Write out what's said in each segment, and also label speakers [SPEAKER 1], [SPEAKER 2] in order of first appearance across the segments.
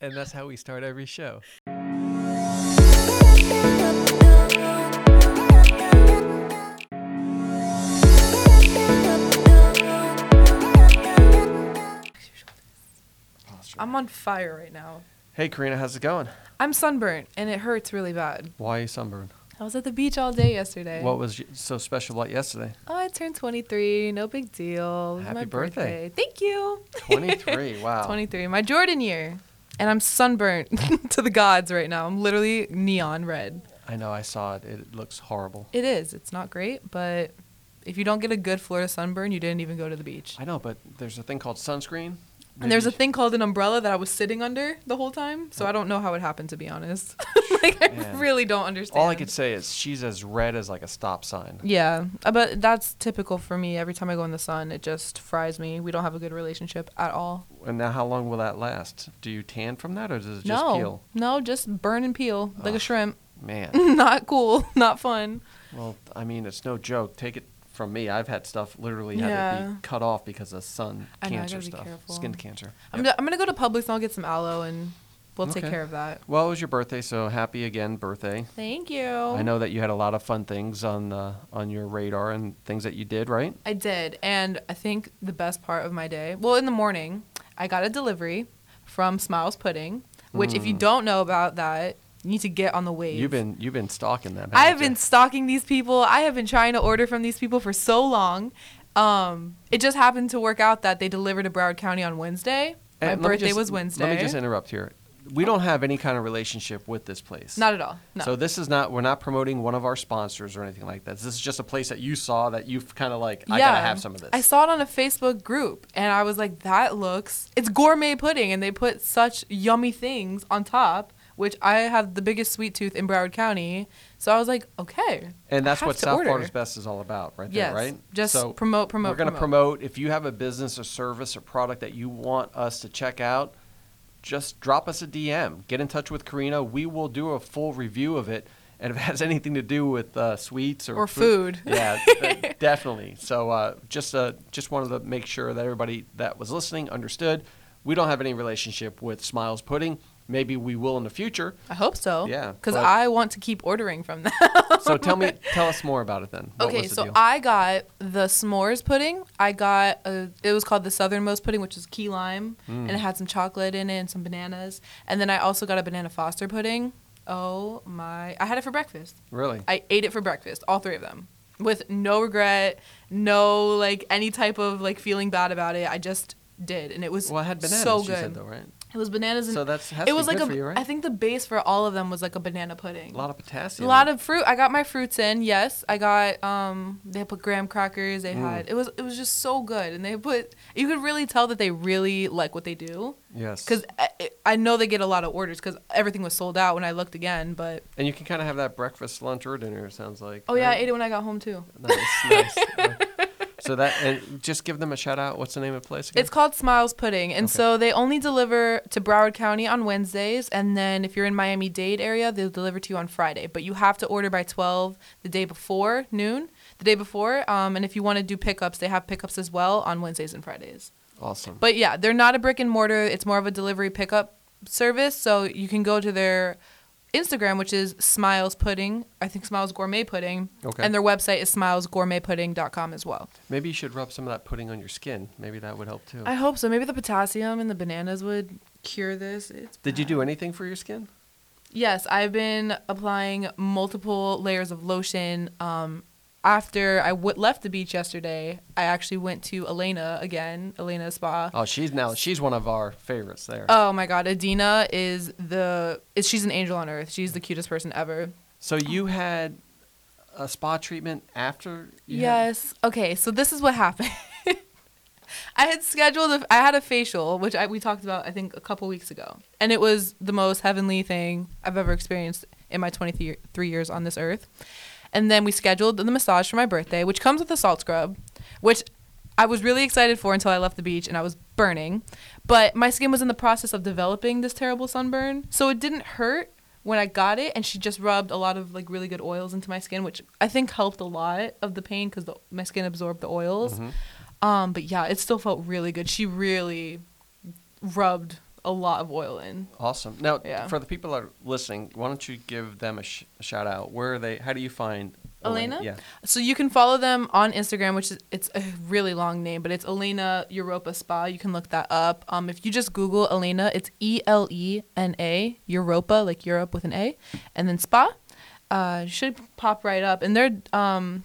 [SPEAKER 1] and that's how we start every show.
[SPEAKER 2] I'm on fire right now.
[SPEAKER 1] Hey, Karina, how's it going?
[SPEAKER 2] I'm sunburnt and it hurts really bad.
[SPEAKER 1] Why are you sunburned?
[SPEAKER 2] I was at the beach all day yesterday.
[SPEAKER 1] What was y- so special about yesterday?
[SPEAKER 2] Oh, I turned 23. No big deal. It was
[SPEAKER 1] Happy
[SPEAKER 2] my
[SPEAKER 1] birthday.
[SPEAKER 2] Thank you.
[SPEAKER 1] 23. Wow.
[SPEAKER 2] 23. My Jordan year. And I'm sunburnt to the gods right now. I'm literally neon red.
[SPEAKER 1] I know. I saw it. It looks horrible.
[SPEAKER 2] It is. It's not great, but if you don't get a good Florida sunburn, you didn't even go to the beach.
[SPEAKER 1] I know, but there's a thing called sunscreen.
[SPEAKER 2] And there's a
[SPEAKER 1] Maybe-
[SPEAKER 2] thing called an umbrella that I was sitting under the whole time, so I don't know how it happened to be honest. like I
[SPEAKER 1] Man.
[SPEAKER 2] really don't understand.
[SPEAKER 1] All I could say is she's as red as like a stop sign.
[SPEAKER 2] Yeah, uh, but that's typical for me. Every time I go in the sun, it just fries me. We don't have a good relationship at all.
[SPEAKER 1] And now, how long will that last? Do you tan from that, or does it just
[SPEAKER 2] no,
[SPEAKER 1] peel?
[SPEAKER 2] no, just burn and peel like a
[SPEAKER 1] Ugh.
[SPEAKER 2] shrimp.
[SPEAKER 1] Man.
[SPEAKER 2] not cool. Not fun.
[SPEAKER 1] well, I mean, it's no joke. Take it from me. I've had stuff literally had to
[SPEAKER 2] Yeah.
[SPEAKER 1] be cut off because of sun
[SPEAKER 2] I know, I
[SPEAKER 1] cancer
[SPEAKER 2] gotta be
[SPEAKER 1] stuff,
[SPEAKER 2] careful.
[SPEAKER 1] skin cancer.
[SPEAKER 2] I'm,
[SPEAKER 1] Yep.
[SPEAKER 2] go- I'm gonna go to Publix and I'll get some aloe and we'll take
[SPEAKER 1] Okay.
[SPEAKER 2] care of that.
[SPEAKER 1] well, it was your birthday, so happy again, birthday.
[SPEAKER 2] Thank you.
[SPEAKER 1] I know that you had a lot of fun things on uh, on your radar and things that you did, right?
[SPEAKER 2] I did, and I think the best part of my day. Well, in the morning, I got a delivery from Smiles Pudding, which if you don't know about that, you need to get on the wave.
[SPEAKER 1] Mm. You've been you've been stalking them.
[SPEAKER 2] I have
[SPEAKER 1] haven't
[SPEAKER 2] been
[SPEAKER 1] you?
[SPEAKER 2] stalking these people. I have been trying to order from these people for so long. Um, it just happened to work out that they delivered to Broward County on Wednesday.
[SPEAKER 1] And
[SPEAKER 2] My
[SPEAKER 1] let me
[SPEAKER 2] birthday
[SPEAKER 1] just-
[SPEAKER 2] was Wednesday.
[SPEAKER 1] Let me just interrupt here. We don't have any kind of relationship with this place.
[SPEAKER 2] Not at all. No.
[SPEAKER 1] So this is not we're not promoting one of our sponsors or anything like that. This is just a place that you saw that you've kind of like I gotta have some of this.
[SPEAKER 2] I saw it on a Facebook group and I was like, that looks, it's gourmet pudding. And they put such yummy things on top, which I have the biggest sweet tooth in Broward County. So I was like, okay.
[SPEAKER 1] and
[SPEAKER 2] I
[SPEAKER 1] that's
[SPEAKER 2] have
[SPEAKER 1] what
[SPEAKER 2] to
[SPEAKER 1] South
[SPEAKER 2] order.
[SPEAKER 1] Florida's Best is all about, right
[SPEAKER 2] Yes.
[SPEAKER 1] there, right?
[SPEAKER 2] Just
[SPEAKER 1] So
[SPEAKER 2] promote, promote,
[SPEAKER 1] We're gonna
[SPEAKER 2] promote.
[SPEAKER 1] promote. If you have a business or service or product that you want us to check out, just drop us a DM. Get in touch with Karina. We will do a full review of it. And if it has anything to do with uh, sweets or
[SPEAKER 2] Or food.
[SPEAKER 1] yeah, th- definitely. So uh, just uh, just wanted to make sure that everybody that was listening understood. We don't have any relationship with Smiles Pudding. Maybe we will in the future.
[SPEAKER 2] I hope so.
[SPEAKER 1] Yeah,
[SPEAKER 2] Because
[SPEAKER 1] but-
[SPEAKER 2] I want to keep ordering from them.
[SPEAKER 1] So tell me, tell us more about it then. What
[SPEAKER 2] Okay,
[SPEAKER 1] was the
[SPEAKER 2] so
[SPEAKER 1] deal?
[SPEAKER 2] I got the s'mores pudding. I got a, it was called the southernmost pudding, which is key lime, and
[SPEAKER 1] Mm.
[SPEAKER 2] it had some chocolate in it and some bananas. And then I also got a banana foster pudding. Oh my! I had it for breakfast.
[SPEAKER 1] really.
[SPEAKER 2] I ate it for breakfast, all three of them, with no regret, no like any type of like feeling bad about it. I just did, and it was
[SPEAKER 1] Well, I had bananas.
[SPEAKER 2] so
[SPEAKER 1] you
[SPEAKER 2] good.
[SPEAKER 1] said though, right?
[SPEAKER 2] It was bananas, and
[SPEAKER 1] So that's has
[SPEAKER 2] it
[SPEAKER 1] to
[SPEAKER 2] was
[SPEAKER 1] be
[SPEAKER 2] like
[SPEAKER 1] good
[SPEAKER 2] a.
[SPEAKER 1] for you, right?
[SPEAKER 2] I think the base for all of them was like a banana pudding.
[SPEAKER 1] a lot of potassium.
[SPEAKER 2] A lot of fruit. I got my fruits in. Yes, I got. Um, they put graham crackers. They had. It was. It was just so good, and they put. You could really tell that they really like what they do,
[SPEAKER 1] yes,
[SPEAKER 2] because I, I know they get a lot of orders because everything was sold out when I looked again. But
[SPEAKER 1] and you can kind of have that breakfast, lunch, or dinner. It sounds like.
[SPEAKER 2] oh yeah, I
[SPEAKER 1] right?
[SPEAKER 2] ate it when I got home too.
[SPEAKER 1] Nice, nice. so that and just give them a shout out. What's the name of the place? Again?
[SPEAKER 2] It's called Smiles Pudding, and
[SPEAKER 1] Okay.
[SPEAKER 2] so they only deliver to Broward County on Wednesdays, and then if you're in Miami Dade area, they'll deliver to you on Friday. But you have to order by twelve the day before noon, the day before. Um, and if you want to do pickups, they have pickups as well on Wednesdays and Fridays.
[SPEAKER 1] awesome.
[SPEAKER 2] But yeah, they're not a brick and mortar. It's more of a delivery pickup service. So you can go to their Instagram, which is Smiles Pudding. I think Smiles Gourmet Pudding.
[SPEAKER 1] Okay.
[SPEAKER 2] And their website is smilesgourmetpudding.com as well.
[SPEAKER 1] Maybe you should rub some of that pudding on your skin. Maybe that would help too.
[SPEAKER 2] I hope so. Maybe the potassium and the bananas would cure this. It's
[SPEAKER 1] Did you do anything for your skin?
[SPEAKER 2] Yes, I've been applying multiple layers of lotion. Um, after I w- left the beach yesterday, I actually went to Elena again, Elena Spa.
[SPEAKER 1] Oh, she's now she's one of our favorites there.
[SPEAKER 2] Oh my God, Adina is the is she's an angel on earth. She's the cutest person ever.
[SPEAKER 1] so you had a spa treatment after? You had-
[SPEAKER 2] Yes. Okay, so this is what happened. I had scheduled a, I had a facial, which I, we talked about I think a couple weeks ago, and it was the most heavenly thing I've ever experienced in my 23 year- three years on this earth. And then we scheduled the massage for my birthday, which comes with a salt scrub, which I was really excited for until I left the beach and I was burning. But my skin was in the process of developing this terrible sunburn, so it didn't hurt when I got it. And she just rubbed a lot of like really good oils into my skin, which I think helped a lot of the pain because my skin absorbed the oils. Um, but yeah, it still felt really good. She really rubbed a lot of oil in.
[SPEAKER 1] Awesome. Now,
[SPEAKER 2] Yeah.
[SPEAKER 1] for the people that are listening, why don't you give them a, sh- a shout out? Where are they? How do you find
[SPEAKER 2] Elena?
[SPEAKER 1] Yeah.
[SPEAKER 2] So you can follow them on Instagram, which is it's a really long name, but it's Elena Europa Spa. You can look that up. Um, if you just Google Elena, it's E L E N A Europa, like Europe with an A, and then Spa, uh, should pop right up. And they're um,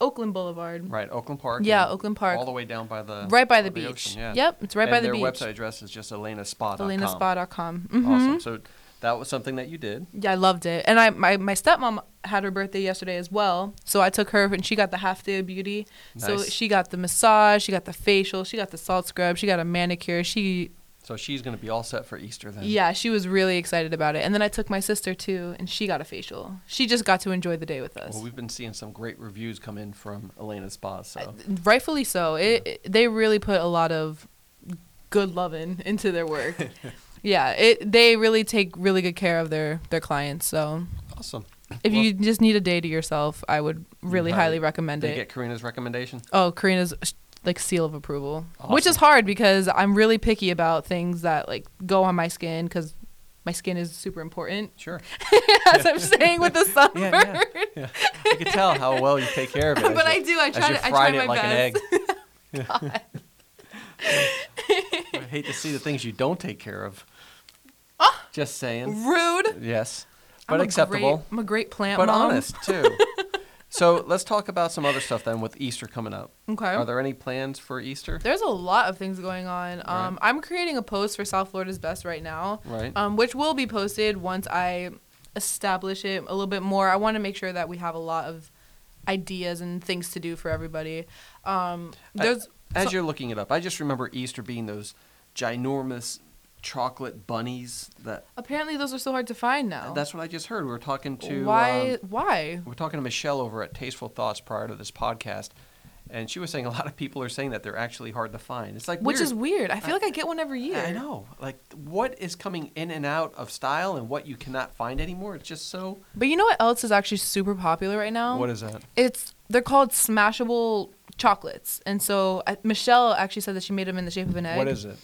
[SPEAKER 2] Oakland Boulevard,
[SPEAKER 1] Right. Oakland Park.
[SPEAKER 2] Yeah,
[SPEAKER 1] and
[SPEAKER 2] Oakland Park.
[SPEAKER 1] All the way down by the
[SPEAKER 2] right by
[SPEAKER 1] by
[SPEAKER 2] the, beach.
[SPEAKER 1] ocean, yeah.
[SPEAKER 2] Yep, it's right
[SPEAKER 1] And
[SPEAKER 2] by the
[SPEAKER 1] their
[SPEAKER 2] beach.
[SPEAKER 1] website address is just elenaspa.com.
[SPEAKER 2] ElenaSpa.com. Mm-hmm.
[SPEAKER 1] Awesome. So that was something that you did.
[SPEAKER 2] Yeah, I loved it. And I my, my stepmom had her birthday yesterday as well. So I took her and she got the half day of beauty. So
[SPEAKER 1] Nice.
[SPEAKER 2] she got the massage, she got the facial, she got the salt scrub, she got a manicure. She
[SPEAKER 1] So she's going to be all set for Easter then.
[SPEAKER 2] yeah, she was really excited about it. And then I took my sister too and she got a facial. She just got to enjoy the day with us.
[SPEAKER 1] Well, we've been seeing some great reviews come in from Elena Spa. So
[SPEAKER 2] Rightfully so. It, it- they really put a lot of good loving into their work. yeah, it they really take really good care of their their clients. So
[SPEAKER 1] awesome.
[SPEAKER 2] if
[SPEAKER 1] Well-
[SPEAKER 2] you just need a day to yourself, I would really
[SPEAKER 1] Right.
[SPEAKER 2] highly recommend
[SPEAKER 1] Did you
[SPEAKER 2] it.
[SPEAKER 1] get Karina's recommendation?
[SPEAKER 2] Oh, Karina's sh- like seal of approval, which
[SPEAKER 1] Awesome.
[SPEAKER 2] is hard because I'm really picky about things that like go on my skin because my skin is super important.
[SPEAKER 1] Sure.
[SPEAKER 2] As I'm saying with the sunburn,
[SPEAKER 1] yeah. Yeah. I can tell how well you take care of it. as
[SPEAKER 2] but
[SPEAKER 1] you-
[SPEAKER 2] I do. I
[SPEAKER 1] as
[SPEAKER 2] try.
[SPEAKER 1] you
[SPEAKER 2] To, I
[SPEAKER 1] fried
[SPEAKER 2] try my
[SPEAKER 1] it like
[SPEAKER 2] best.
[SPEAKER 1] an egg. I hate to see the things you don't take care of.
[SPEAKER 2] Ah.
[SPEAKER 1] Just saying.
[SPEAKER 2] Rude,
[SPEAKER 1] Yes.
[SPEAKER 2] I'm
[SPEAKER 1] But
[SPEAKER 2] a
[SPEAKER 1] acceptable.
[SPEAKER 2] Great, I'm a great plant
[SPEAKER 1] but
[SPEAKER 2] mom.
[SPEAKER 1] honest too. so let's talk about some other stuff then with Easter coming up.
[SPEAKER 2] Okay.
[SPEAKER 1] Are there any plans for Easter?
[SPEAKER 2] There's a lot of things going on. Um, I'm creating a post for South Florida's Best right now,
[SPEAKER 1] Right.
[SPEAKER 2] um, which will be posted once I establish it a little bit more. I want to make sure that we have a lot of ideas and things to do for everybody. Um,
[SPEAKER 1] I-
[SPEAKER 2] there's
[SPEAKER 1] As
[SPEAKER 2] so-
[SPEAKER 1] you're looking it up, I just remember Easter being those ginormous chocolate bunnies that
[SPEAKER 2] apparently those are so hard to find now.
[SPEAKER 1] that's what I just heard. We were talking to
[SPEAKER 2] Oh. why.
[SPEAKER 1] um,
[SPEAKER 2] why?
[SPEAKER 1] we were talking to Michelle over at Tasteful Thoughts prior to this podcast and she was saying a lot of people are saying that they're actually hard to find. It's like
[SPEAKER 2] Which
[SPEAKER 1] weird.
[SPEAKER 2] is weird. I feel like I get one every year.
[SPEAKER 1] I know. Like what is coming in and out of style and what you cannot find anymore. It's just so
[SPEAKER 2] But you know what else is actually super popular right now?
[SPEAKER 1] What is that?
[SPEAKER 2] It's they're called smashable chocolates, and so uh, Michelle actually said that she made them in the shape of an egg.
[SPEAKER 1] What is it?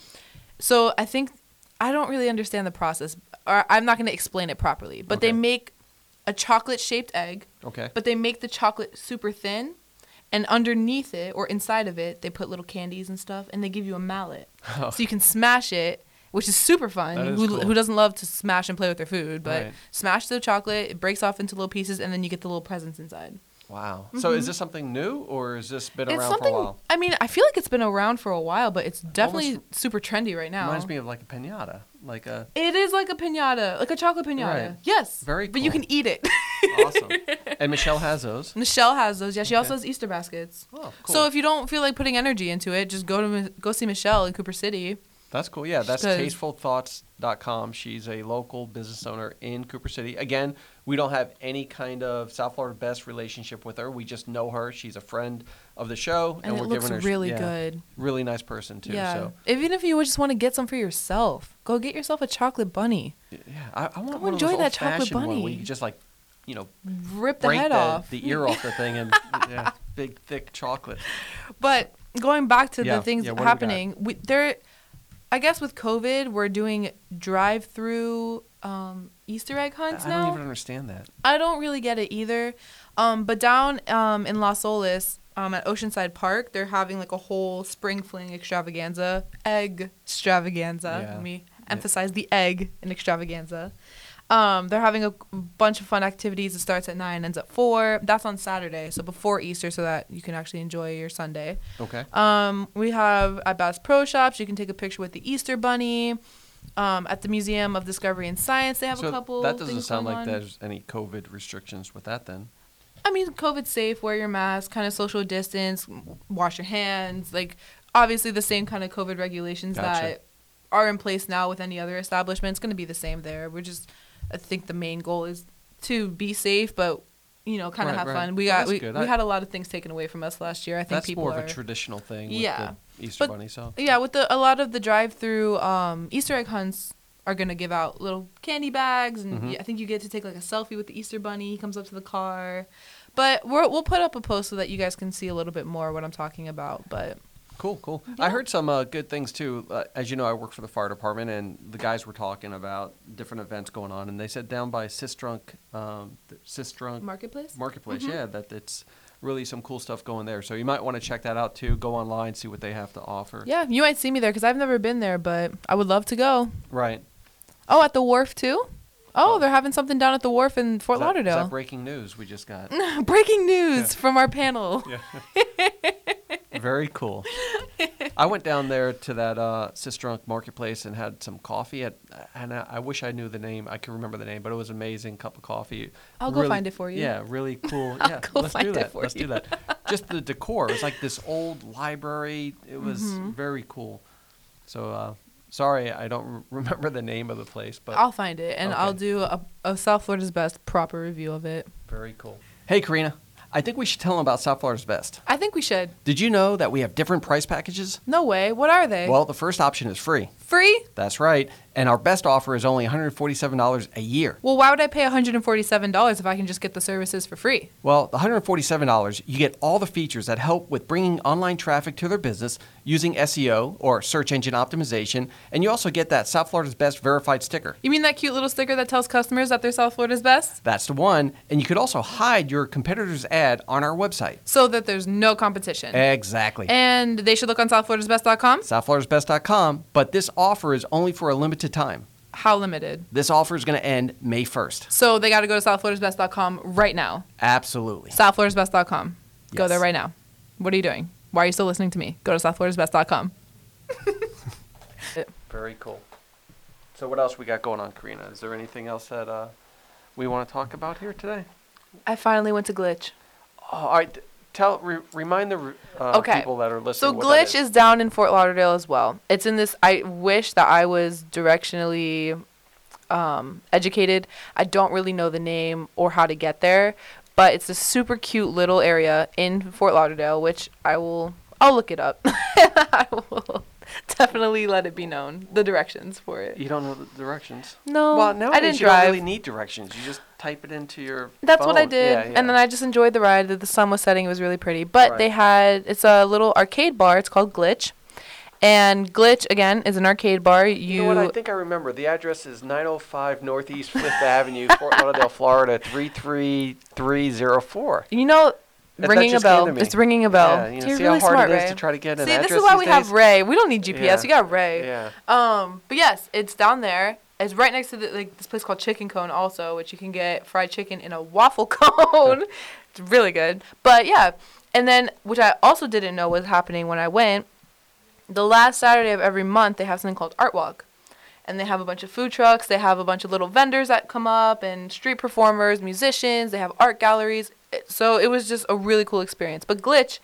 [SPEAKER 2] So I think I don't really understand the process, or I'm not going to explain it properly. But they
[SPEAKER 1] Okay.
[SPEAKER 2] make a chocolate shaped egg,
[SPEAKER 1] Okay.
[SPEAKER 2] but they make the chocolate super thin, and underneath it or inside of it, they put little candies and stuff, and they give you a mallet,
[SPEAKER 1] Oh.
[SPEAKER 2] so you can smash it. Which is super fun.
[SPEAKER 1] That is
[SPEAKER 2] who,
[SPEAKER 1] cool.
[SPEAKER 2] who doesn't love to smash and play with their food? But
[SPEAKER 1] Right.
[SPEAKER 2] smash the chocolate, it breaks off into little pieces, and then you get the little presents inside.
[SPEAKER 1] Wow. So is this something new or has this been
[SPEAKER 2] Mm-hmm. it's
[SPEAKER 1] around
[SPEAKER 2] something.
[SPEAKER 1] for a while?
[SPEAKER 2] I mean, I feel like it's been around for a while, but it's definitely
[SPEAKER 1] Almost
[SPEAKER 2] super trendy right now.
[SPEAKER 1] Reminds me of like a pinata. Like a
[SPEAKER 2] It is like a pinata, like a chocolate pinata.
[SPEAKER 1] Right.
[SPEAKER 2] Yes.
[SPEAKER 1] Very
[SPEAKER 2] But you
[SPEAKER 1] cool.
[SPEAKER 2] can eat it.
[SPEAKER 1] awesome. and Michelle has those.
[SPEAKER 2] Michelle has those. Yeah, she also
[SPEAKER 1] Okay.
[SPEAKER 2] has Easter baskets.
[SPEAKER 1] Oh,
[SPEAKER 2] So if you don't feel like putting energy into it, just go to Mi- go see Michelle in Cooper City.
[SPEAKER 1] that's cool. Yeah, that's
[SPEAKER 2] Good.
[SPEAKER 1] tastefulthoughts.com. She's a local business owner in Cooper City. Again, we don't have any kind of South Florida best relationship with her. We just know her. She's a friend of the show
[SPEAKER 2] And,
[SPEAKER 1] we're
[SPEAKER 2] it looks
[SPEAKER 1] giving her
[SPEAKER 2] really
[SPEAKER 1] yeah,
[SPEAKER 2] good.
[SPEAKER 1] Really nice person too.
[SPEAKER 2] yeah.
[SPEAKER 1] So
[SPEAKER 2] Even if you would just want to get some for yourself, go get yourself a chocolate bunny.
[SPEAKER 1] yeah, I, I want
[SPEAKER 2] Go
[SPEAKER 1] one of
[SPEAKER 2] enjoy
[SPEAKER 1] those
[SPEAKER 2] that chocolate
[SPEAKER 1] old-fashioned one where
[SPEAKER 2] bunny.
[SPEAKER 1] you just like, you know,
[SPEAKER 2] Rip the
[SPEAKER 1] break
[SPEAKER 2] head
[SPEAKER 1] the,
[SPEAKER 2] off.
[SPEAKER 1] the ear off the thing and yeah, big thick chocolate.
[SPEAKER 2] But going back to
[SPEAKER 1] Yeah,
[SPEAKER 2] the things
[SPEAKER 1] yeah, what do we got?
[SPEAKER 2] happening, we, there, I guess with COVID, we're doing drive-through um, Easter egg hunts
[SPEAKER 1] I
[SPEAKER 2] now.
[SPEAKER 1] don't even understand that.
[SPEAKER 2] I don't really get it either. Um, but down um, in Las Olas, um, at Oceanside Park, they're having like a whole spring fling extravaganza, egg extravaganza.
[SPEAKER 1] Yeah.
[SPEAKER 2] Let me
[SPEAKER 1] Yeah.
[SPEAKER 2] emphasize the egg in extravaganza. Um, they're having a bunch of fun activities. It starts at nine, ends at four. That's on Saturday, so before Easter, so that you can actually enjoy your Sunday.
[SPEAKER 1] Okay.
[SPEAKER 2] Um, we have at Bass Pro Shops, you can take a picture with the Easter Bunny. Um, at the Museum of Discovery and Science, they have a couple.
[SPEAKER 1] That doesn't
[SPEAKER 2] things
[SPEAKER 1] sound
[SPEAKER 2] going
[SPEAKER 1] like
[SPEAKER 2] on.
[SPEAKER 1] there's any COVID restrictions with that then.
[SPEAKER 2] I mean, COVID safe, wear your mask, kind of social distance, w- wash your hands. Like, obviously, the same kind of COVID regulations
[SPEAKER 1] Gotcha.
[SPEAKER 2] that are in place now with any other establishment. It's going to be the same there. We're just, I think the main goal is to be safe, but, you know, kind of
[SPEAKER 1] Right,
[SPEAKER 2] have
[SPEAKER 1] right.
[SPEAKER 2] fun. We
[SPEAKER 1] Well,
[SPEAKER 2] got,
[SPEAKER 1] that's
[SPEAKER 2] we,
[SPEAKER 1] good.
[SPEAKER 2] we
[SPEAKER 1] I-
[SPEAKER 2] had a lot of things taken away from us last year. I think
[SPEAKER 1] That's
[SPEAKER 2] people
[SPEAKER 1] more of
[SPEAKER 2] are-
[SPEAKER 1] a traditional thing
[SPEAKER 2] Yeah.
[SPEAKER 1] with the Easter
[SPEAKER 2] But-
[SPEAKER 1] bunny. So
[SPEAKER 2] yeah, with the a lot of the drive-through um, Easter egg hunts are gonna give out little candy bags, and
[SPEAKER 1] Mhm.
[SPEAKER 2] I think you get to take like a selfie with the Easter bunny. He comes up to the car, but we're, we'll put up a post so that you guys can see a little bit more what I'm talking about. But
[SPEAKER 1] Cool, cool. I heard some uh, good things too. Uh, as you know, I work for the fire department, and the guys were talking about different events going on, and they said down by Sistrunk, um, the Sistrunk
[SPEAKER 2] Marketplace?
[SPEAKER 1] Marketplace,
[SPEAKER 2] Mm-hmm.
[SPEAKER 1] yeah, that it's really some cool stuff going there. So you might want to check that out too. Go online, see what they have to offer.
[SPEAKER 2] Yeah, you might see me there because I've never been there, but I would love to go.
[SPEAKER 1] Right.
[SPEAKER 2] Oh, at the wharf too? Oh,
[SPEAKER 1] Oh.
[SPEAKER 2] they're having something down at the wharf in Fort
[SPEAKER 1] Is that- is
[SPEAKER 2] Lauderdale.
[SPEAKER 1] that breaking news we just got?
[SPEAKER 2] Breaking news from our panel.
[SPEAKER 1] Very cool. I went down there to that uh, Sistrunk Marketplace and had some coffee at, and I, I wish I knew the name. I can remember the name, but it was an amazing cup of coffee.
[SPEAKER 2] I'll go find it for you.
[SPEAKER 1] Yeah, really cool.
[SPEAKER 2] I'll
[SPEAKER 1] yeah,
[SPEAKER 2] go
[SPEAKER 1] let's do
[SPEAKER 2] find it
[SPEAKER 1] that.
[SPEAKER 2] for
[SPEAKER 1] let's
[SPEAKER 2] you.
[SPEAKER 1] do that. Just the decor. It was like this old library. It was
[SPEAKER 2] Mm-hmm.
[SPEAKER 1] very cool. So uh, sorry, I don't re- remember the name of the place, but
[SPEAKER 2] I'll find it and I'll
[SPEAKER 1] Okay.
[SPEAKER 2] do a, a South Florida's best proper review of it.
[SPEAKER 1] very cool. Hey, Karina, I think we should tell them about South Florida's Best.
[SPEAKER 2] I think we should.
[SPEAKER 1] Did you know that we have different price packages?
[SPEAKER 2] No way. What are they?
[SPEAKER 1] Well, the first option is free.
[SPEAKER 2] free?
[SPEAKER 1] That's right. And our best offer is only $147 a year.
[SPEAKER 2] Well, why would I pay $147 if I can just get the services for free?
[SPEAKER 1] Well, the $147, you get all the features that help with bringing online traffic to their business using SEO or search engine optimization. And you also get that South Florida's Best verified sticker.
[SPEAKER 2] You mean that cute little sticker that tells customers that they're South Florida's best?
[SPEAKER 1] That's the one. And you could also hide your competitor's ad on our website.
[SPEAKER 2] So that there's no competition.
[SPEAKER 1] Exactly.
[SPEAKER 2] and they should look on southfloridasbest.com.
[SPEAKER 1] SouthFlorida'sBest.com. But this offer is only for a limited time.
[SPEAKER 2] How limited?
[SPEAKER 1] This offer is going to end May 1st.
[SPEAKER 2] So they got to go to southfloridasbest.com right now.
[SPEAKER 1] Absolutely.
[SPEAKER 2] Southfloridasbest.com. Go
[SPEAKER 1] Yes.
[SPEAKER 2] there right now. What are you doing? Why are you still listening to me? Go to southfloridasbest.com.
[SPEAKER 1] Very cool. So what else we got going on, Karina? Is there anything else that uh, we want to talk about here today?
[SPEAKER 2] I finally went to Glitch.
[SPEAKER 1] Oh, all right. t- Tell re- remind the re- uh,
[SPEAKER 2] Okay.
[SPEAKER 1] people that are listening.
[SPEAKER 2] So
[SPEAKER 1] what
[SPEAKER 2] Glitch
[SPEAKER 1] that
[SPEAKER 2] is down in Fort Lauderdale as well. It's in this. I wish that I was directionally um, educated. I don't really know the name or how to get there, but it's a super cute little area in Fort Lauderdale, which I will. I'll look it up. I will definitely let it be known the directions for it.
[SPEAKER 1] You don't know the directions.
[SPEAKER 2] No,
[SPEAKER 1] well, now
[SPEAKER 2] Oh, I didn't
[SPEAKER 1] you
[SPEAKER 2] drive.
[SPEAKER 1] don't really need directions. You just type it into your.
[SPEAKER 2] That's what I
[SPEAKER 1] phone.
[SPEAKER 2] did.
[SPEAKER 1] Yeah, yeah.
[SPEAKER 2] And then I just enjoyed the ride. The- The sun was setting. It was really pretty. But
[SPEAKER 1] Right.
[SPEAKER 2] they had, it's a little arcade bar. It's called Glitch. And Glitch, again, is an arcade bar. You,
[SPEAKER 1] You know what? I think I remember. The address is 905 Northeast Fifth Avenue, Fort Lauderdale, Florida 33304.
[SPEAKER 2] you know,
[SPEAKER 1] That- that
[SPEAKER 2] ringing a
[SPEAKER 1] just came
[SPEAKER 2] bell.
[SPEAKER 1] to me.
[SPEAKER 2] It's ringing a bell.
[SPEAKER 1] Yeah, you know,
[SPEAKER 2] You're
[SPEAKER 1] see
[SPEAKER 2] really
[SPEAKER 1] how hard
[SPEAKER 2] smart,
[SPEAKER 1] it is
[SPEAKER 2] Ray.
[SPEAKER 1] to try to get an
[SPEAKER 2] See, this
[SPEAKER 1] address
[SPEAKER 2] is why
[SPEAKER 1] these
[SPEAKER 2] we have
[SPEAKER 1] days?
[SPEAKER 2] Ray. We don't need GPS.
[SPEAKER 1] Yeah.
[SPEAKER 2] We got Ray.
[SPEAKER 1] Yeah.
[SPEAKER 2] Um, but yes, it's down there. It's right next to the, like this place called Chicken Cone, also, which you can get fried chicken in a waffle cone. it's really good. But yeah, and then which I also didn't know was happening when I went. The last Saturday of every month, they have something called Art Walk, and they have a bunch of food trucks. They have a bunch of little vendors that come up and street performers, musicians. They have art galleries. It- So it was just a really cool experience. But Glitch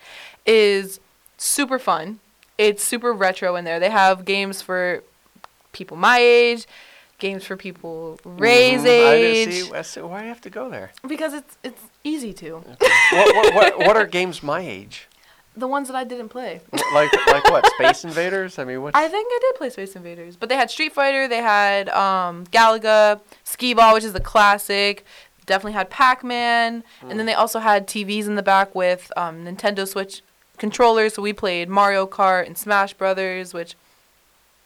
[SPEAKER 2] is super fun. It's super retro in there. They have games for people my age, games for people Ray's
[SPEAKER 1] Mm, I didn't
[SPEAKER 2] age.
[SPEAKER 1] see- I said, why do you have to go there?
[SPEAKER 2] Because it's it's easy to.
[SPEAKER 1] what, what, what, what are games my age?
[SPEAKER 2] The ones that I didn't play.
[SPEAKER 1] Wh- Like like what? Space Invaders? I mean, what?
[SPEAKER 2] I think I did play Space Invaders, but they had Street Fighter, they had um, Galaga, Skee Ball, which is the classic. Definitely had Pac Man, and then they also had TVs in the back with um, Nintendo Switch controllers. So we played Mario Kart and Smash Brothers, which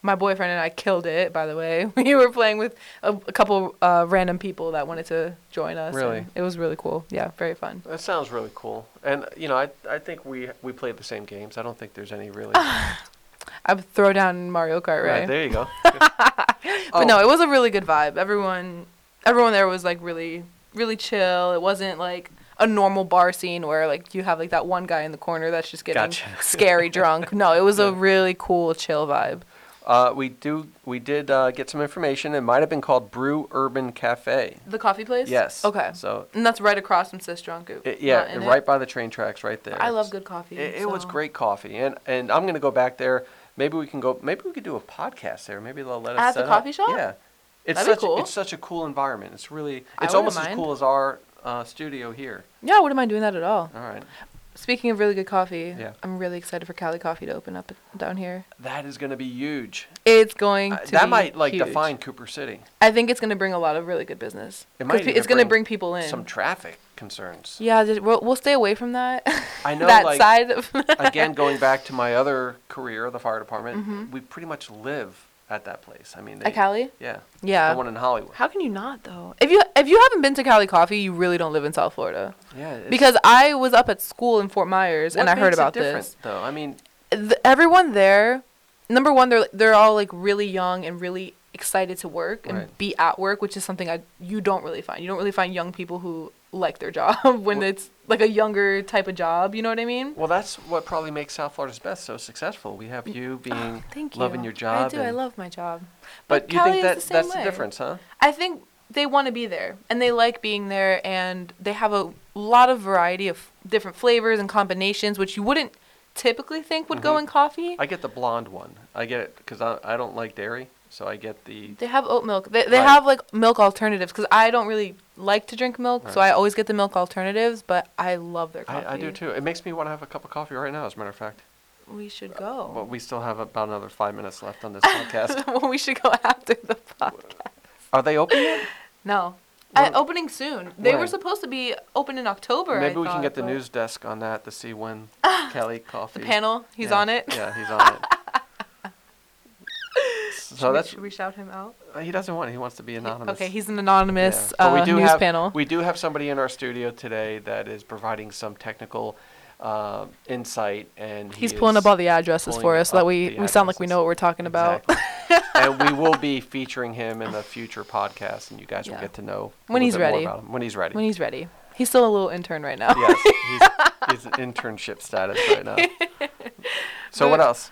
[SPEAKER 2] my boyfriend and I killed it. By the way, we were playing with a, a couple uh, random people that wanted to join us. and
[SPEAKER 1] Really?
[SPEAKER 2] it was really cool. Yeah, very fun.
[SPEAKER 1] That sounds really cool. And you know, I I think we we play the same games. I don't think there's any really.
[SPEAKER 2] I would throw down Mario Kart, right?
[SPEAKER 1] Yeah, there you go.
[SPEAKER 2] But
[SPEAKER 1] Oh.
[SPEAKER 2] no, it was a really good vibe. Everyone, everyone there was like really, really chill. It wasn't like a normal bar scene where like you have like that one guy in the corner that's just getting
[SPEAKER 1] Gotcha.
[SPEAKER 2] scary drunk. No, it was a really cool chill vibe.
[SPEAKER 1] Uh, we do we did uh, get some information. It might have been called Brew Urban Cafe.
[SPEAKER 2] The coffee place.
[SPEAKER 1] Yes.
[SPEAKER 2] Okay.
[SPEAKER 1] So
[SPEAKER 2] and that's right across from Sis Drunk. It-
[SPEAKER 1] it,
[SPEAKER 2] not
[SPEAKER 1] yeah,
[SPEAKER 2] in
[SPEAKER 1] and
[SPEAKER 2] it.
[SPEAKER 1] right by the train tracks, right there.
[SPEAKER 2] I love
[SPEAKER 1] It's-
[SPEAKER 2] good coffee.
[SPEAKER 1] It, it was
[SPEAKER 2] so-
[SPEAKER 1] great coffee, and and I'm gonna go back there. Maybe we can go. Maybe we could do a podcast there. Maybe they'll let us
[SPEAKER 2] At the
[SPEAKER 1] set up.
[SPEAKER 2] coffee shop?
[SPEAKER 1] Yeah, it's
[SPEAKER 2] That'd be
[SPEAKER 1] such
[SPEAKER 2] cool.
[SPEAKER 1] it's such a cool environment. It's really
[SPEAKER 2] I
[SPEAKER 1] it's
[SPEAKER 2] wouldn't
[SPEAKER 1] almost as
[SPEAKER 2] mind.
[SPEAKER 1] cool as our uh, studio here.
[SPEAKER 2] Yeah, I wouldn't mind doing that at all.
[SPEAKER 1] All right,
[SPEAKER 2] Speaking of really good coffee,
[SPEAKER 1] Uh-huh. Yeah.
[SPEAKER 2] I'm really excited for Cali Coffee to open up down here.
[SPEAKER 1] that is gonna be huge.
[SPEAKER 2] It's going
[SPEAKER 1] Uh,
[SPEAKER 2] to
[SPEAKER 1] that
[SPEAKER 2] be
[SPEAKER 1] might like
[SPEAKER 2] huge.
[SPEAKER 1] define Cooper City.
[SPEAKER 2] I think it's going to bring a lot of really good business.
[SPEAKER 1] It
[SPEAKER 2] 'Cause
[SPEAKER 1] might
[SPEAKER 2] pe-
[SPEAKER 1] even
[SPEAKER 2] it's going to
[SPEAKER 1] bring
[SPEAKER 2] bring people in.
[SPEAKER 1] Some traffic concerns.
[SPEAKER 2] Yeah, just- we'll, we'll stay away from that.
[SPEAKER 1] I know,
[SPEAKER 2] that
[SPEAKER 1] like,
[SPEAKER 2] side of
[SPEAKER 1] Again, going back to my other career, the fire department,
[SPEAKER 2] Mhm.
[SPEAKER 1] we pretty much live at that place. I mean, they,
[SPEAKER 2] at Cali.
[SPEAKER 1] yeah,
[SPEAKER 2] Yeah.
[SPEAKER 1] the one in Hollywood.
[SPEAKER 2] How can you not though? If you if you haven't been to Cali Coffee, you really don't live in South Florida.
[SPEAKER 1] Yeah, it's-
[SPEAKER 2] Because I was up at school in Fort Myers and
[SPEAKER 1] what
[SPEAKER 2] I heard
[SPEAKER 1] makes it
[SPEAKER 2] about
[SPEAKER 1] different,
[SPEAKER 2] this.
[SPEAKER 1] Though I mean,
[SPEAKER 2] Th- everyone there, number one, they're they're all like really young and really excited to work and
[SPEAKER 1] Right.
[SPEAKER 2] be at work, which is something I you don't really find. You don't really find young people who like their job when
[SPEAKER 1] Well-
[SPEAKER 2] it's like a younger type of job. You know what I mean?
[SPEAKER 1] well, that's what probably makes South Florida's best so successful. We have you being
[SPEAKER 2] oh, Thank you.
[SPEAKER 1] loving your job.
[SPEAKER 2] I do. I
[SPEAKER 1] and-
[SPEAKER 2] love my job.
[SPEAKER 1] But, you
[SPEAKER 2] Cali
[SPEAKER 1] think
[SPEAKER 2] is
[SPEAKER 1] that
[SPEAKER 2] the same
[SPEAKER 1] that's
[SPEAKER 2] way.
[SPEAKER 1] the difference, huh?
[SPEAKER 2] I think they want to be there and they like being there and they have a lot of variety of different flavors and combinations, which you wouldn't typically think would go
[SPEAKER 1] Mhm.
[SPEAKER 2] in coffee.
[SPEAKER 1] I get the blonde one. I get it because I, I don't like dairy, so I get the.
[SPEAKER 2] they have oat milk. They, they
[SPEAKER 1] Right.
[SPEAKER 2] have like milk alternatives because I don't really like to drink milk, so
[SPEAKER 1] Right.
[SPEAKER 2] I always get the milk alternatives. But I love their coffee.
[SPEAKER 1] I, I do too. It makes me want to have a cup of coffee right now, as a matter of fact.
[SPEAKER 2] We should
[SPEAKER 1] But
[SPEAKER 2] go.
[SPEAKER 1] we still have about another five minutes left on this podcast.
[SPEAKER 2] Well, we should go after the podcast.
[SPEAKER 1] Are they open yet?
[SPEAKER 2] No,
[SPEAKER 1] Well-
[SPEAKER 2] Uh, opening soon. They were
[SPEAKER 1] Right.
[SPEAKER 2] supposed to be open in October. I
[SPEAKER 1] Maybe we can
[SPEAKER 2] thought,
[SPEAKER 1] get the
[SPEAKER 2] but-
[SPEAKER 1] news desk on that to see when Kelly Coffee.
[SPEAKER 2] The panel. He's
[SPEAKER 1] Yeah,
[SPEAKER 2] on it.
[SPEAKER 1] Yeah, he's on it. so
[SPEAKER 2] should, we,
[SPEAKER 1] that's uh,
[SPEAKER 2] should we shout him out?
[SPEAKER 1] he doesn't want. it. He wants to be anonymous.
[SPEAKER 2] Okay, he's an
[SPEAKER 1] Yeah.
[SPEAKER 2] anonymous
[SPEAKER 1] But
[SPEAKER 2] uh, news
[SPEAKER 1] have,
[SPEAKER 2] panel.
[SPEAKER 1] We do have somebody in our studio today that is providing some technical uh, insight, and he
[SPEAKER 2] he's pulling
[SPEAKER 1] is-
[SPEAKER 2] up all the addresses
[SPEAKER 1] pulling
[SPEAKER 2] for us so that
[SPEAKER 1] up
[SPEAKER 2] we,
[SPEAKER 1] the
[SPEAKER 2] we sound like we
[SPEAKER 1] addresses.
[SPEAKER 2] know what we're talking about.
[SPEAKER 1] Exactly. and we will be featuring him in a future podcast, and you guys will
[SPEAKER 2] Yeah.
[SPEAKER 1] get to know a
[SPEAKER 2] When
[SPEAKER 1] little
[SPEAKER 2] he's
[SPEAKER 1] bit more
[SPEAKER 2] ready.
[SPEAKER 1] about him. When he's ready.
[SPEAKER 2] when he's ready. He's still a little intern right now.
[SPEAKER 1] yes, he's, he's in internship status right now. So what
[SPEAKER 2] But-
[SPEAKER 1] else?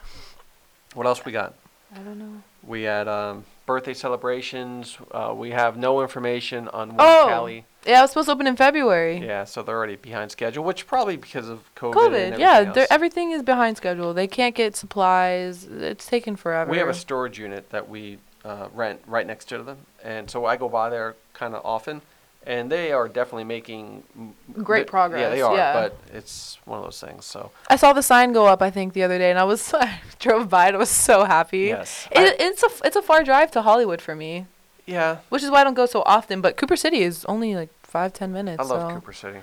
[SPEAKER 1] What else we got?
[SPEAKER 2] I don't know.
[SPEAKER 1] We had um, birthday celebrations. Uh, we have no information on when
[SPEAKER 2] Oh.
[SPEAKER 1] Cali.
[SPEAKER 2] Yeah, I was supposed to open in February.
[SPEAKER 1] Yeah, so they're already behind schedule, which probably because of COVID. and
[SPEAKER 2] COVID.
[SPEAKER 1] everything
[SPEAKER 2] Yeah, they're,
[SPEAKER 1] else.
[SPEAKER 2] everything is behind schedule. They can't get supplies. It's taking forever.
[SPEAKER 1] We have a storage unit that we uh, rent right next to them, and so I go by there kind of often, and they are definitely making m-
[SPEAKER 2] Great
[SPEAKER 1] th- Yeah,
[SPEAKER 2] progress,
[SPEAKER 1] they are,
[SPEAKER 2] yeah.
[SPEAKER 1] but it's one of those things. So
[SPEAKER 2] I saw the sign go up. I think the other day, and I was I drove by and I was so happy.
[SPEAKER 1] Yes.
[SPEAKER 2] It, it's a it's a far drive to Hollywood for me,
[SPEAKER 1] yeah,
[SPEAKER 2] which is why I don't go so often. But Cooper City is only like five ten minutes.
[SPEAKER 1] I love
[SPEAKER 2] so.
[SPEAKER 1] Cooper City,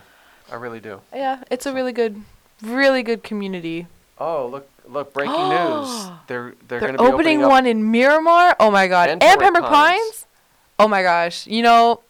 [SPEAKER 1] I really do.
[SPEAKER 2] Yeah, it's a really good, really good community.
[SPEAKER 1] Oh look, look! Breaking news. They're they're,
[SPEAKER 2] They're,
[SPEAKER 1] going to be
[SPEAKER 2] opening,
[SPEAKER 1] up-
[SPEAKER 2] one in Miramar. Oh my god,
[SPEAKER 1] And
[SPEAKER 2] and,
[SPEAKER 1] Pembroke
[SPEAKER 2] Pembroke
[SPEAKER 1] Pines.
[SPEAKER 2] Pines. Oh my gosh, you know,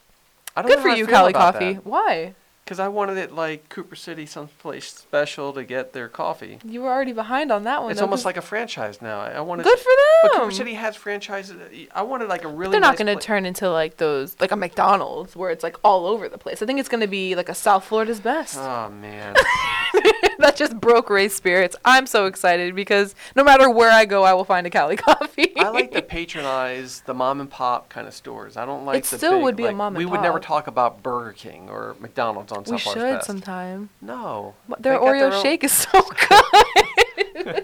[SPEAKER 1] I don't
[SPEAKER 2] good for you, Cali Coffee. Why?
[SPEAKER 1] Because I wanted it like Cooper City, someplace special to get their coffee.
[SPEAKER 2] You were already behind on that one.
[SPEAKER 1] it's
[SPEAKER 2] though,
[SPEAKER 1] almost
[SPEAKER 2] 'cause-
[SPEAKER 1] like a franchise now. I I wanted
[SPEAKER 2] good
[SPEAKER 1] to-
[SPEAKER 2] for
[SPEAKER 1] But
[SPEAKER 2] them.
[SPEAKER 1] Cooper City has franchises. I wanted like a really.
[SPEAKER 2] They're not
[SPEAKER 1] nice
[SPEAKER 2] going to
[SPEAKER 1] pla-
[SPEAKER 2] turn into like those, like a McDonald's where it's like all over the place. I think it's going to be like a South Florida's best.
[SPEAKER 1] Oh man.
[SPEAKER 2] that just broke Ray's spirits. I'm so excited because no matter where I go, I will find a Cali Coffee.
[SPEAKER 1] I like to patronize the mom and pop kind of stores. I don't like the
[SPEAKER 2] still
[SPEAKER 1] big,
[SPEAKER 2] would be a
[SPEAKER 1] like,
[SPEAKER 2] mom and
[SPEAKER 1] we would never
[SPEAKER 2] pop.
[SPEAKER 1] talk about Burger King or McDonald's on
[SPEAKER 2] we
[SPEAKER 1] South Florida's
[SPEAKER 2] should
[SPEAKER 1] Best.
[SPEAKER 2] sometime.
[SPEAKER 1] No.
[SPEAKER 2] But Their
[SPEAKER 1] They got
[SPEAKER 2] Oreo
[SPEAKER 1] own-
[SPEAKER 2] shake is so good.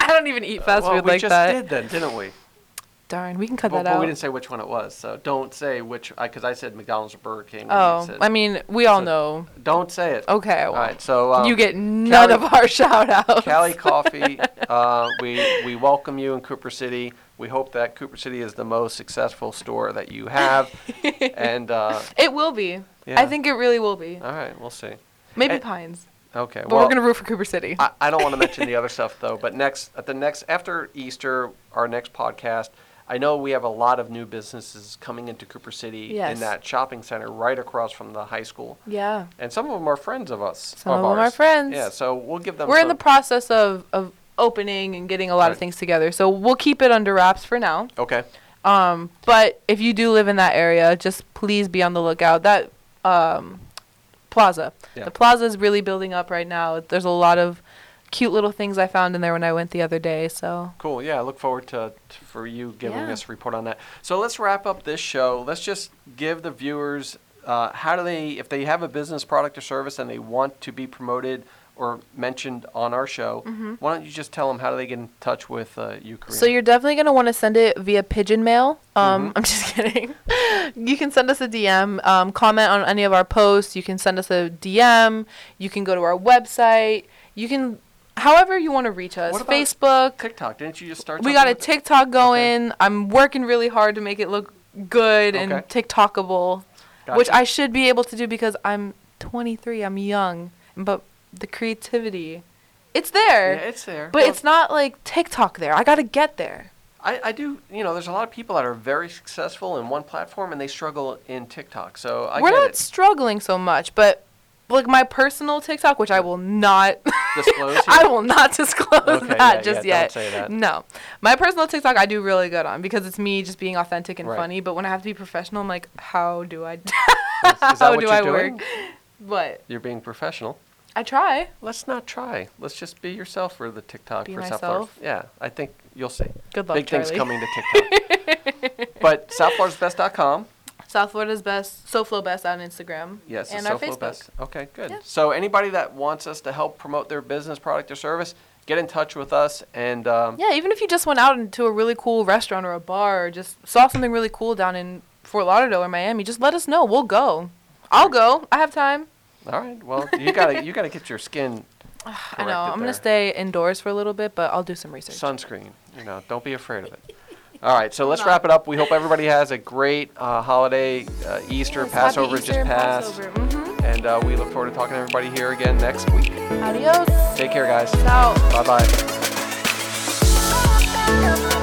[SPEAKER 2] I don't even eat fast
[SPEAKER 1] well,
[SPEAKER 2] food
[SPEAKER 1] we
[SPEAKER 2] like
[SPEAKER 1] just
[SPEAKER 2] that.
[SPEAKER 1] did then, didn't we?
[SPEAKER 2] Darn, we can cut
[SPEAKER 1] Well,
[SPEAKER 2] that
[SPEAKER 1] but
[SPEAKER 2] out.
[SPEAKER 1] we didn't say which one it was, so don't say which. Because I said McDonald's or Burger King. and you
[SPEAKER 2] oh,
[SPEAKER 1] said-
[SPEAKER 2] I mean, we all
[SPEAKER 1] so-
[SPEAKER 2] know.
[SPEAKER 1] don't say it.
[SPEAKER 2] Okay, well,
[SPEAKER 1] All right. So um,
[SPEAKER 2] you get none
[SPEAKER 1] Cali-
[SPEAKER 2] of our shout outs.
[SPEAKER 1] Cali Coffee. Uh, we we welcome you in Cooper City. We hope that Cooper City is the most successful store that you have, and uh,
[SPEAKER 2] It will be.
[SPEAKER 1] Yeah.
[SPEAKER 2] I think it really will be.
[SPEAKER 1] all right, we'll see.
[SPEAKER 2] Maybe
[SPEAKER 1] and-
[SPEAKER 2] Pines,
[SPEAKER 1] Okay.
[SPEAKER 2] but
[SPEAKER 1] well,
[SPEAKER 2] we're gonna root for Cooper City.
[SPEAKER 1] I, I don't want to mention the other stuff though. But next, at the next after Easter, our next podcast, I know we have a lot of new businesses coming into Cooper City
[SPEAKER 2] Yes.
[SPEAKER 1] in that shopping center right across from the high school,
[SPEAKER 2] yeah,
[SPEAKER 1] and some of them are friends of us.
[SPEAKER 2] Some of 'em are
[SPEAKER 1] ours.
[SPEAKER 2] friends.
[SPEAKER 1] Yeah. So we'll give them.
[SPEAKER 2] we're in the
[SPEAKER 1] some-
[SPEAKER 2] process of of opening and getting a lot
[SPEAKER 1] Right.
[SPEAKER 2] of things together, so we'll keep it under wraps for now.
[SPEAKER 1] okay.
[SPEAKER 2] Um, but if you do live in that area, just please be on the lookout. That um, plaza,
[SPEAKER 1] Yeah.
[SPEAKER 2] the plaza is really building up right now. There's a lot of cute little things I found in there when I went the other day. So
[SPEAKER 1] Cool. Yeah, I look forward to, to for you giving
[SPEAKER 2] Yeah.
[SPEAKER 1] us a report on that. So let's wrap up this show. Let's just give the viewers uh, how do they if they have a business product or service and they want to be promoted or mentioned on our show. Why don't you just tell them how do they get in touch with uh, you, Karina?
[SPEAKER 2] Mm-hmm. So you're definitely gonna want to send it via pigeon mail.
[SPEAKER 1] Mm-hmm.
[SPEAKER 2] Um, I'm just kidding. you can send us a DM, um, comment on any of our posts. You can send us a DM. You can go to our website. You can, however you want to reach us.
[SPEAKER 1] What about
[SPEAKER 2] Facebook.
[SPEAKER 1] TikTok. Didn't you just start?
[SPEAKER 2] We
[SPEAKER 1] something
[SPEAKER 2] got a
[SPEAKER 1] with-
[SPEAKER 2] TikTok going. I'm working really hard to make it look good
[SPEAKER 1] Okay.
[SPEAKER 2] and TikTokable. which
[SPEAKER 1] Gotcha.
[SPEAKER 2] I should be able to do because I'm 23. I'm young, but the creativity, it's there.
[SPEAKER 1] Yeah, it's there.
[SPEAKER 2] but
[SPEAKER 1] Well,
[SPEAKER 2] it's not like TikTok there. I gotta get there.
[SPEAKER 1] I, I do. You know, there's a lot of people that are very successful in one platform and they struggle in TikTok. So I
[SPEAKER 2] We're
[SPEAKER 1] get
[SPEAKER 2] not
[SPEAKER 1] it.
[SPEAKER 2] struggling so much, but like my personal TikTok, which I will not
[SPEAKER 1] Disclose here?
[SPEAKER 2] I will not disclose
[SPEAKER 1] Okay,
[SPEAKER 2] that
[SPEAKER 1] yeah,
[SPEAKER 2] just
[SPEAKER 1] yeah,
[SPEAKER 2] yet.
[SPEAKER 1] don't say that.
[SPEAKER 2] No, my personal TikTok I do really good on because it's me just being authentic and
[SPEAKER 1] Right.
[SPEAKER 2] funny. But when I have to be professional, I'm like, how do I?
[SPEAKER 1] Is, is that
[SPEAKER 2] how
[SPEAKER 1] what
[SPEAKER 2] do
[SPEAKER 1] you're
[SPEAKER 2] I
[SPEAKER 1] doing?
[SPEAKER 2] work? What
[SPEAKER 1] You're being professional.
[SPEAKER 2] I try.
[SPEAKER 1] Let's not try. Let's just be yourself for the TikTok
[SPEAKER 2] Be
[SPEAKER 1] for
[SPEAKER 2] myself?
[SPEAKER 1] South Florida. Yeah, I think you'll see.
[SPEAKER 2] Good luck,
[SPEAKER 1] Big things
[SPEAKER 2] Charlie.
[SPEAKER 1] coming to TikTok. but southfloridasbest.com.
[SPEAKER 2] South Florida's best, SoFlo best on Instagram.
[SPEAKER 1] Yes,
[SPEAKER 2] and
[SPEAKER 1] it's
[SPEAKER 2] our
[SPEAKER 1] South Florida
[SPEAKER 2] Facebook.
[SPEAKER 1] Best. Okay, good.
[SPEAKER 2] Yeah.
[SPEAKER 1] So anybody that wants us to help promote their business, product, or service, get in touch with us and um,
[SPEAKER 2] Yeah, even if you just went out into a really cool restaurant or a bar, or just saw something really cool down in Fort Lauderdale or Miami, just let us know. We'll go. I'll go. I have time.
[SPEAKER 1] all right. Well, you gotta you gotta get your skin
[SPEAKER 2] I know.
[SPEAKER 1] corrected
[SPEAKER 2] I'm
[SPEAKER 1] there.
[SPEAKER 2] gonna stay indoors for a little bit, but I'll do some research.
[SPEAKER 1] sunscreen. You know, don't be afraid of it. All right, so let's
[SPEAKER 2] Not.
[SPEAKER 1] wrap it up. We hope everybody has a great uh, holiday, uh, Easter,
[SPEAKER 2] Yes, happy
[SPEAKER 1] Passover
[SPEAKER 2] Easter
[SPEAKER 1] just
[SPEAKER 2] and
[SPEAKER 1] passed,
[SPEAKER 2] Passover. Mhm.
[SPEAKER 1] and uh, we look forward to talking to everybody here again next week.
[SPEAKER 2] Adios.
[SPEAKER 1] Take care, guys.
[SPEAKER 2] Ciao.
[SPEAKER 1] Bye bye.
[SPEAKER 3] Oh,